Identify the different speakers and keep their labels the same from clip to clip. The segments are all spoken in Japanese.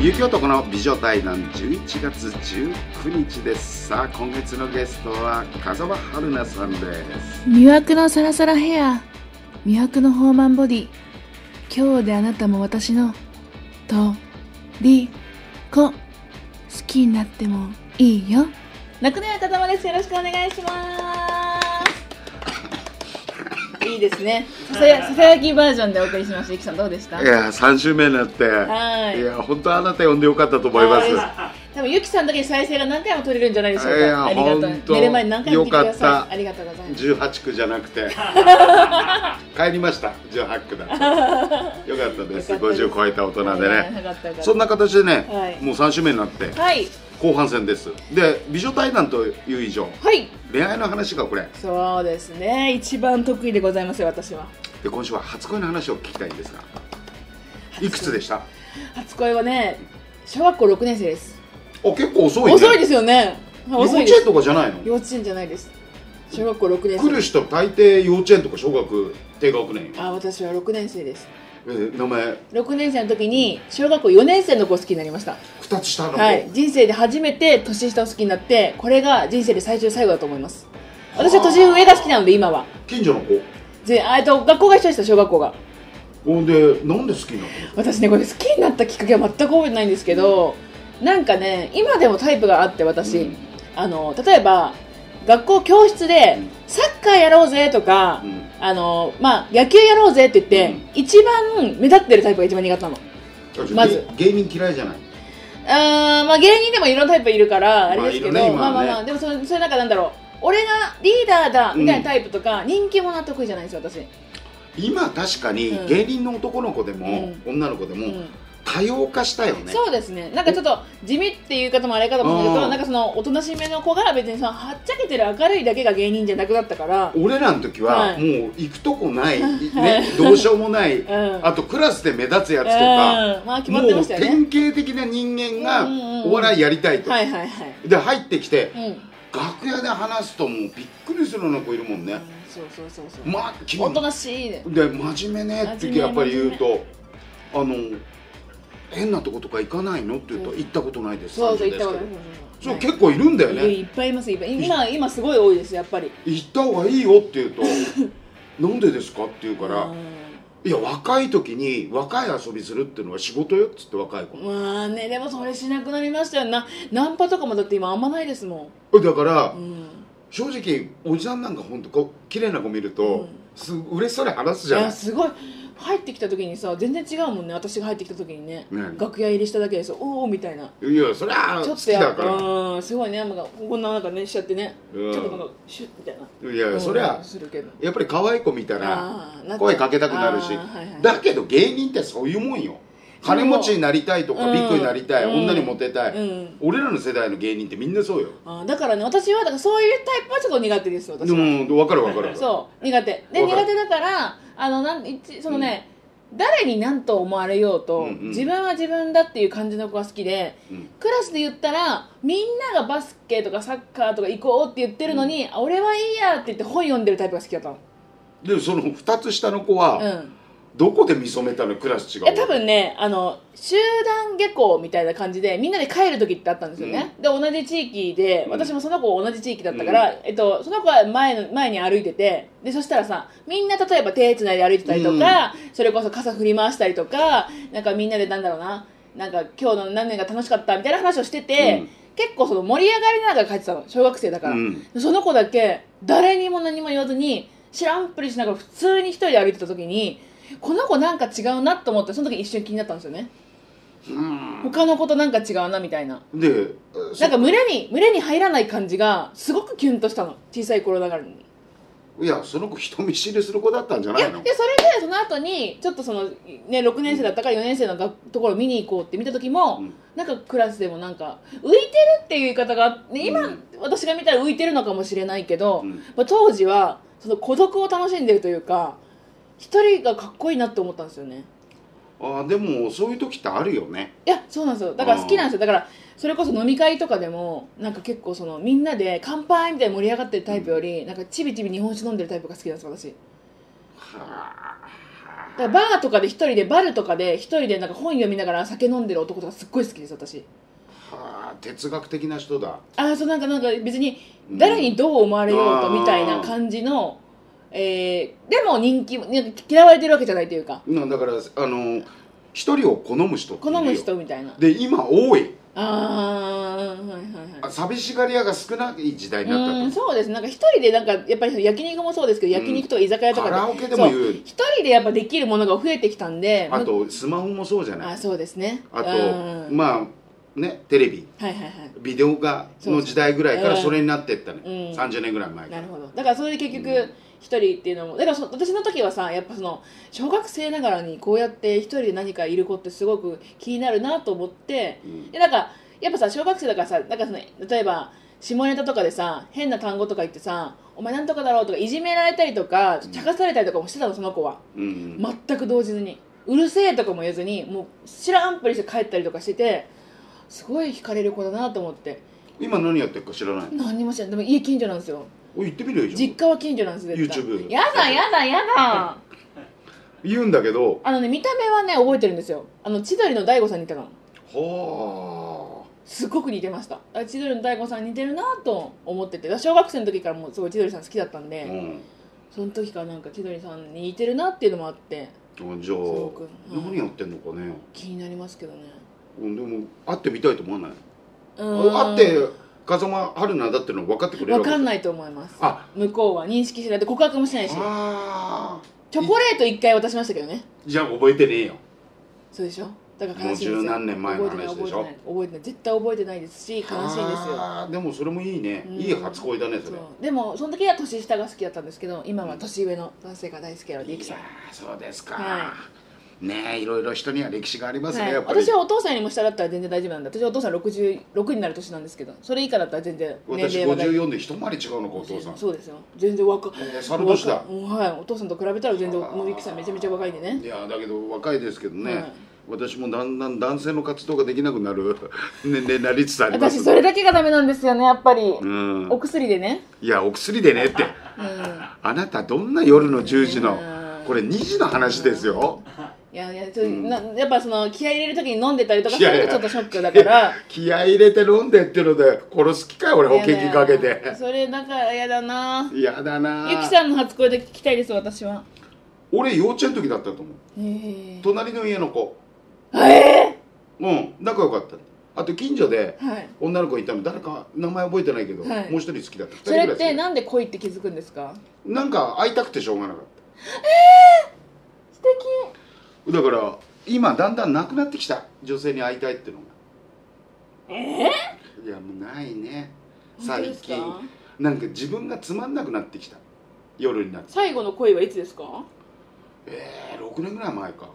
Speaker 1: 雪男の美女対談11月19日ですさあ今月のゲストは風間春菜さんです
Speaker 2: 魅惑のサラサラヘア魅惑のホーマンボディ今日であなたも私のとりこ好きになってもいいよ楽年風間ですよろしくお願いしますいいですねささやささやきバージョンでお送りしましたゆきさんどうでした
Speaker 1: いや3週目になって
Speaker 2: はい
Speaker 1: いや本当あなた呼んでよかったと思います
Speaker 2: 多分ゆきさんだけ再生が何回も取れるんじゃないでしょうか
Speaker 1: いや
Speaker 2: ありがと
Speaker 1: 本
Speaker 2: う
Speaker 1: 当
Speaker 2: 寝る前に何回も聞いてくだ
Speaker 1: よかっ
Speaker 2: さ
Speaker 1: た
Speaker 2: いありがとうございます
Speaker 1: 18区じゃなく て帰りました18区だ よかったです
Speaker 2: よかったです
Speaker 1: 50超えた大人で
Speaker 2: はい
Speaker 1: ね
Speaker 2: よかったよかった
Speaker 1: そんな形でね、
Speaker 2: はい
Speaker 1: もう3週目になって
Speaker 2: はい
Speaker 1: 後半戦ですで美女対談という以上
Speaker 2: はい
Speaker 1: 恋愛の話がこれ
Speaker 2: そうですね一番得意でございますよ私は
Speaker 1: で今週は初恋の話を聞きたいんですがいくつでした
Speaker 2: 初恋はね小学校6年生です
Speaker 1: あ結構遅いね
Speaker 2: 遅いですよねはい遅
Speaker 1: 幼稚
Speaker 2: いで
Speaker 1: 園
Speaker 2: す
Speaker 1: とかじゃないの
Speaker 2: 幼稚園じゃないです小学校6年
Speaker 1: 来
Speaker 2: 生
Speaker 1: る人大抵幼稚園とか小学低学年よ、
Speaker 2: あ私は6年生です
Speaker 1: えー名前
Speaker 2: 6年生の時に小学校4年生の子を好きになりました
Speaker 1: 2つ下の子、
Speaker 2: はい人生で初めて年下を好きになってこれが人生で最初で最後だと思います私は年上が好きなので今は
Speaker 1: 近所の子
Speaker 2: ぜあえっと学校が一緒でした小学校が
Speaker 1: ほんでなんで好きになったの
Speaker 2: 私ねこれ好きになったきっかけは全く覚えてないんですけど、なんかね今でもタイプがあって私、
Speaker 1: うん
Speaker 2: あの例えば学校教室で
Speaker 1: うん
Speaker 2: サッカーやろうぜとか、
Speaker 1: うん
Speaker 2: あのまあ、野球やろうぜって言って、一番目立ってるタイプが一番苦手なのまず
Speaker 1: 芸芸人嫌いじゃない
Speaker 2: あー、まあ、芸人でもいろんなタイプいるからあれですけど、
Speaker 1: ま
Speaker 2: ま
Speaker 1: あ
Speaker 2: あ
Speaker 1: いるね今は
Speaker 2: ま
Speaker 1: ね
Speaker 2: あまあ、でもそれそれなんかなんだろう俺がリーダーだみたいなタイプとか、人気者は得意じゃないんですよ私、
Speaker 1: 今確かに
Speaker 2: うん
Speaker 1: 芸人の男の子でも、女の子で
Speaker 2: う
Speaker 1: も、
Speaker 2: ん
Speaker 1: 多様化したよね
Speaker 2: そうですねなんかちょっと地味っていう言い方もあれかと思うんだけ
Speaker 1: う
Speaker 2: ど
Speaker 1: ん
Speaker 2: なんかそのおとなしめの子が別にそのはっちゃけてる明るいだけが芸人じゃなくなったから、
Speaker 1: 俺らの時は、
Speaker 2: はい
Speaker 1: もう行くとこ ない、ね、どうしようもない、
Speaker 2: ん
Speaker 1: あとクラスで目立つやつとか、
Speaker 2: うんまあ決まって
Speaker 1: も
Speaker 2: ま
Speaker 1: う
Speaker 2: したよね
Speaker 1: 典型的な人間が
Speaker 2: うんうんうん
Speaker 1: お笑いやりたいと、
Speaker 2: はいはいはい、
Speaker 1: で入ってきて
Speaker 2: うん、
Speaker 1: 楽屋で話すともうびっくりするような子いるもんね、
Speaker 2: そうそうそうそう、
Speaker 1: まあ君
Speaker 2: おとなしいね
Speaker 1: で真面目ねってやっぱり言うとあの変なとことか行かないのって言うと、
Speaker 2: うん
Speaker 1: 行ったことないです
Speaker 2: そうそ
Speaker 1: 感
Speaker 2: う言
Speaker 1: じで
Speaker 2: った
Speaker 1: す
Speaker 2: こ
Speaker 1: け
Speaker 2: と
Speaker 1: ど
Speaker 2: あ
Speaker 1: そう、
Speaker 2: る
Speaker 1: 結構いるんだよ
Speaker 2: はい
Speaker 1: ね
Speaker 2: いっぱいいますいっぱい今今すごい多いですやっぱり
Speaker 1: 行った方がいいよって 言うとなんでですかって言うから、
Speaker 2: うん
Speaker 1: いや若い時に若い遊びするっていうのは仕事よっつって若い子
Speaker 2: まあねでもそれしなくなりましたよなナンパとかもだって今あんまないですも
Speaker 1: だから
Speaker 2: ん、うん、
Speaker 1: 正直おじさんなんかほんとこう綺麗な子見ると、す嬉しそうに話す
Speaker 2: い
Speaker 1: じゃな
Speaker 2: や
Speaker 1: い
Speaker 2: すごい入ってきた時にさ全然違うもんね私が入ってきた時にね
Speaker 1: ね
Speaker 2: 楽屋入りしただけでさおおみたいない
Speaker 1: やそりゃ
Speaker 2: ちょ
Speaker 1: 好
Speaker 2: っ
Speaker 1: き
Speaker 2: とや
Speaker 1: だ
Speaker 2: っ
Speaker 1: か
Speaker 2: ぱ
Speaker 1: ら
Speaker 2: うんすごいねなんかこんななんかねしちゃってねち
Speaker 1: うん
Speaker 2: ょっとこのシュッみたいない
Speaker 1: やそりゃ
Speaker 2: うんするけど
Speaker 1: やっぱり可愛い子見たら
Speaker 2: あーなっちゃう
Speaker 1: 声かけたくなるし
Speaker 2: あーはいはい
Speaker 1: だけど芸人ってそういうもんよ金持ちになりたいとか
Speaker 2: うん
Speaker 1: ビッグになりたい、
Speaker 2: うん
Speaker 1: 女にモテたい、
Speaker 2: うん
Speaker 1: 俺らの世代の芸人ってみんなそうよ
Speaker 2: あーだからね私はだからそういうタイプはちょっと苦手です
Speaker 1: う
Speaker 2: 私は
Speaker 1: ん分かる分かる
Speaker 2: そう苦手で
Speaker 1: わかる
Speaker 2: 苦手だからあのなん一そのね、誰に何と思われようと、
Speaker 1: うんうん
Speaker 2: 自分は自分だっていう感じの子が好きで
Speaker 1: うん
Speaker 2: クラスで言ったらみんながバスケとかサッカーとか行こうって言ってるのに、あ俺はいいやって言って本読んでるタイプが好きだったの
Speaker 1: でその2つ下の子は、
Speaker 2: うん
Speaker 1: どこで見初めたのクラス違う
Speaker 2: いや多分ねあの集団下校みたいな感じでみんなで帰る時ってあったんですよね、で同じ地域で
Speaker 1: うん
Speaker 2: 私もその子同じ地域だったから、えっと、その子は前の前に歩いててでそしたらさみんな例えば手つないで歩いてたりとか、それこそ傘振り回したりとかなんかみんなでなんだろうななんか今日の何年が楽しかったみたいな話をしてて、
Speaker 1: うん
Speaker 2: 結構その盛り上がりながら帰ってたの小学生だから、
Speaker 1: うん
Speaker 2: その子だけ誰にも何も言わずに知らんぷりしながら普通に一人で歩いてた時にこの子なんか違うなと思ってその時一瞬気になったんですよね
Speaker 1: うん
Speaker 2: 他の子となんか違うなみたいな
Speaker 1: でそ
Speaker 2: なんか群れに群れに入らない感じがすごくキュンとしたの小さい頃ながらにい
Speaker 1: いやその子人見知りする子だったんじゃな
Speaker 2: や
Speaker 1: い
Speaker 2: でそ
Speaker 1: の
Speaker 2: れでその後にちょっとその、ね、6年生だったから4年生のがところ見に行こうって見た時も、
Speaker 1: うん
Speaker 2: なんかクラスでもなんか浮いてるっていう言い方が、ね、今、
Speaker 1: うん
Speaker 2: 私が見たら浮いてるのかもしれないけど、
Speaker 1: うん
Speaker 2: まあ、当時はその孤独を楽しんでるというか一人がかっこいいなって思ったんですよね
Speaker 1: あーでもそういう時ってあるよね
Speaker 2: いやそうなんですよだから好きなんですよだからそれこそ飲み会とかでもなんか結構そのみんなで乾杯みたいに盛り上がってるタイプより、なんかちびちび日本酒飲んでるタイプが好きなんです私
Speaker 1: はあ
Speaker 2: だからバーとかで一人でバルとかで一人でなんか本読みながら酒飲んでる男とかすっごい好きです私
Speaker 1: はあ哲学的な人だ
Speaker 2: ああそうなんかなんか別に誰にどう思われようとみたいな感じの、えーでも人気もなんか嫌われてるわけじゃないというか
Speaker 1: なだからあの一人を好む人ってい
Speaker 2: 好
Speaker 1: るよ
Speaker 2: む人みたいな
Speaker 1: で今多い
Speaker 2: ああーはいはいはい
Speaker 1: あ寂しがり屋が少ない時代になったと
Speaker 2: うんそうですなんか一人でなんかやっぱり焼肉もそうですけど焼肉とか居酒屋と
Speaker 1: カ
Speaker 2: かで、
Speaker 1: ラオケでも言う
Speaker 2: 一人でやっぱできるものが増えてきたんで
Speaker 1: あとスマホもそうじゃ
Speaker 2: む
Speaker 1: ない
Speaker 2: あそうですね
Speaker 1: あ
Speaker 2: うん
Speaker 1: とまあねテレビ
Speaker 2: はいはいはい
Speaker 1: ビデオがの時代ぐらいから
Speaker 2: そう
Speaker 1: それになってったね、
Speaker 2: うん
Speaker 1: 30年ぐらい前か
Speaker 2: な
Speaker 1: ら
Speaker 2: るほどだからそれで結局
Speaker 1: うん
Speaker 2: 一人っていうのもだからそ私の時はさやっぱその小学生ながらにこうやって一人で何かいる子ってすごく気になるなと思って
Speaker 1: うん
Speaker 2: でなんかやっぱさ小学生だからさなんかその例えば下ネタとかでさ変な単語とか言ってさ「お前なんとかだろ」うとかいじめられたりとかちゃかされたりとかもしてたのその子は
Speaker 1: うん
Speaker 2: 全く動じずにうるせえとかも言えずにもう知らんぷりして帰ったりとかしててすごい惹かれる子だなと思って
Speaker 1: 今何やってるか知らない
Speaker 2: 何にも知らんでも家近所なんですよ
Speaker 1: おい行ってみるよじゃ
Speaker 2: 実家は近所なんです絶対
Speaker 1: YouTube
Speaker 2: やだやだやだ
Speaker 1: あ言うんだけど
Speaker 2: あのね見た目はね覚えてるんですよあの千鳥の大悟さんに似てたの
Speaker 1: は
Speaker 2: すごく似てましたあ千鳥の大悟さんに似てるなと思っててだから小学生の時からもうすごい千鳥さん好きだったん
Speaker 1: あ、
Speaker 2: で、
Speaker 1: うん
Speaker 2: その時からなんか千鳥さんに似てるなっていうのもあって
Speaker 1: じゃあ、
Speaker 2: ごくうん
Speaker 1: 何やってんのかね、
Speaker 2: 気になりますけどね
Speaker 1: うん、でも会ってみたいと思わない、
Speaker 2: う
Speaker 1: 会って風間春菜だっての分かってくれる
Speaker 2: 分かん
Speaker 1: い
Speaker 2: ないと思います
Speaker 1: あ
Speaker 2: 向こうは認識しないと告白もしないし
Speaker 1: あ
Speaker 2: チョコレート1回渡しましたけどね
Speaker 1: ーじゃあ覚えてねえよ
Speaker 2: そうでしょだから悲しいんですよ
Speaker 1: もう十何年前の話でしょ
Speaker 2: 覚えてない覚えてない覚えてない絶対覚えてないですし悲しいんですよ
Speaker 1: あーでもそれもいいね、
Speaker 2: うん
Speaker 1: いい初恋だねそれ
Speaker 2: そうでもその時は年下が好きだったんですけど今は年上の男性が大好きなのでゆきさん
Speaker 1: いやーそうですか、
Speaker 2: は
Speaker 1: ねえいろいろ人には歴史がありますね、
Speaker 2: はい、
Speaker 1: やっぱり
Speaker 2: 私はお父さんよりも下だったら全然大丈夫なんだ私はお父さん66になる年なんですけどそれ以下だったら全然年
Speaker 1: 私
Speaker 2: 齢は大丈
Speaker 1: 54で一回り違うのかお父さん
Speaker 2: そうですよ全然若い
Speaker 1: えーその年だ
Speaker 2: 若いうんはいお父さんと比べたら全然もうゆきさんめちゃめちゃ若いんでね
Speaker 1: いやだけど若いですけどね、
Speaker 2: はい
Speaker 1: 私もだんだん男性の活動ができなくなる年齢になりつつあります
Speaker 2: 私それだけがダメなんですよねやっぱり、
Speaker 1: うん
Speaker 2: お薬でね
Speaker 1: いやお薬でねって
Speaker 2: うん
Speaker 1: あなたどんな夜の10時の
Speaker 2: うん
Speaker 1: これ2時の話ですよ
Speaker 2: いやいやちょなやっぱその気合い入れる時に飲んでたりとか
Speaker 1: い
Speaker 2: す
Speaker 1: やいや
Speaker 2: るとちょっとショックだから
Speaker 1: 気合い入れて飲んでってので殺す気かよ俺保険金かけ
Speaker 2: いや
Speaker 1: て
Speaker 2: それだから嫌だな
Speaker 1: 嫌だな
Speaker 2: ゆきさんの初恋で聞きたいです私は
Speaker 1: 俺幼稚園の時だったと思う
Speaker 2: ええ
Speaker 1: 隣の家の子
Speaker 2: え
Speaker 1: うん仲良かったあと近所で
Speaker 2: えはい
Speaker 1: 女の子いたの誰か名前覚えてないけど、
Speaker 2: はい
Speaker 1: もう一人好きだった
Speaker 2: それ
Speaker 1: 二人ぐらい
Speaker 2: って
Speaker 1: 好きだっ
Speaker 2: なんで恋って気づくんですか
Speaker 1: たなんか会いたくてしょうがなかっ
Speaker 2: 素
Speaker 1: ただから今だんだんなくなってきた女性に会いたいってのが
Speaker 2: 敵え
Speaker 1: いやもうないね
Speaker 2: え
Speaker 1: 最近なんか自分がつまんなくなってきた夜になって
Speaker 2: 最後の恋はいつですか
Speaker 1: えー、6年ぐらい前か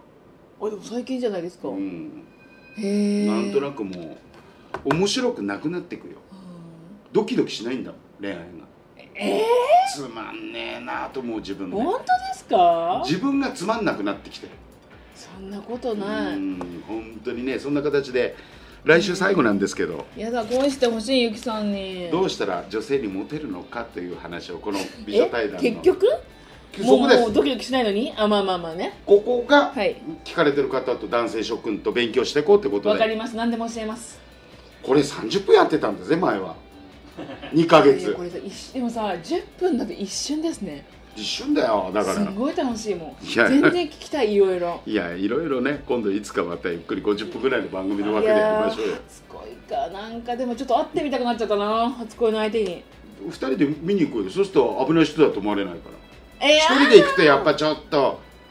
Speaker 2: あでも最近じゃないですか、
Speaker 1: うん
Speaker 2: へえ
Speaker 1: なんと
Speaker 2: く
Speaker 1: なくもう面白くなくなってくよドキドキしないんだもん恋愛が
Speaker 2: ええ
Speaker 1: つまんねえなと思う自分が
Speaker 2: 本当ですか
Speaker 1: 自分がつまんなくなってきてる
Speaker 2: そんなことな
Speaker 1: う
Speaker 2: い
Speaker 1: ん本当にねそんな形で来週最後なんですけど、
Speaker 2: やだ恋してほしいゆきさんに
Speaker 1: どうしたら女性にモテるのかという話をこの美女対談の
Speaker 2: え結局
Speaker 1: そ
Speaker 2: もう
Speaker 1: こです
Speaker 2: もうドキドキしないのにあまあまあまあね
Speaker 1: ここが
Speaker 2: はい
Speaker 1: 聞かれてる方と男性諸君と勉強していこうってこと
Speaker 2: わか
Speaker 1: で
Speaker 2: ります何でも教えます
Speaker 1: これ30分やってたんですね前は2ヶ
Speaker 2: いや
Speaker 1: 月
Speaker 2: これさ一瞬でもさ10分だと一瞬ですね
Speaker 1: 一瞬だよだか
Speaker 2: す
Speaker 1: ら
Speaker 2: ごい楽しいもん
Speaker 1: いや
Speaker 2: 全然聞きたいいろ いろ
Speaker 1: いやいろいろね今度いつかまたゆっくり50分ぐらいの番組のわ
Speaker 2: い
Speaker 1: けでやり
Speaker 2: や
Speaker 1: ましょうよ
Speaker 2: 初恋かなんかでもちょっと会ってみたくなっちゃったな初恋の相手に
Speaker 1: 2人で見に行こうよそうすると危ない人だと思われないから
Speaker 2: え
Speaker 1: 一人で行くとやっぱちょっと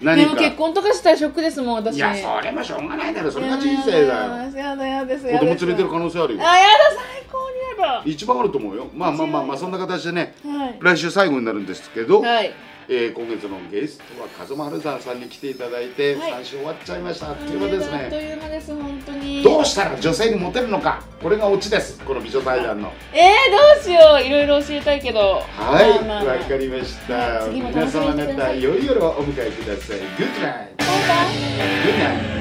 Speaker 2: ー、で
Speaker 1: 何
Speaker 2: も
Speaker 1: か
Speaker 2: 結婚とかしたらショックですもん私
Speaker 1: いやそれもしょうがないだろそれが人生だよ
Speaker 2: よやだやです
Speaker 1: 子
Speaker 2: や
Speaker 1: 供
Speaker 2: で
Speaker 1: 連
Speaker 2: す
Speaker 1: れてる可能性あるよ
Speaker 2: あやだ最高にやだ
Speaker 1: 一番あると思うよまあまあまあまあそんな形でね
Speaker 2: はい
Speaker 1: 来週最後になるんですけど、
Speaker 2: はい
Speaker 1: えー今月のゲストは風間春さんさんに来ていただいて、
Speaker 2: はい
Speaker 1: 3週終わっちゃいましたあっという間です
Speaker 2: あっと
Speaker 1: ね
Speaker 2: いう間です本当に
Speaker 1: どうしたら女性にモテるのかこれがオチですこの美女対談の
Speaker 2: えー、どうしよういろいろ教えたいけど
Speaker 1: はいわ、
Speaker 2: まあまあまあ
Speaker 1: かりました
Speaker 2: 次も
Speaker 1: 皆
Speaker 2: 楽しみ
Speaker 1: 様
Speaker 2: にしてください
Speaker 1: 方良い夜をお迎えください Good night
Speaker 2: バイバイ
Speaker 1: Good night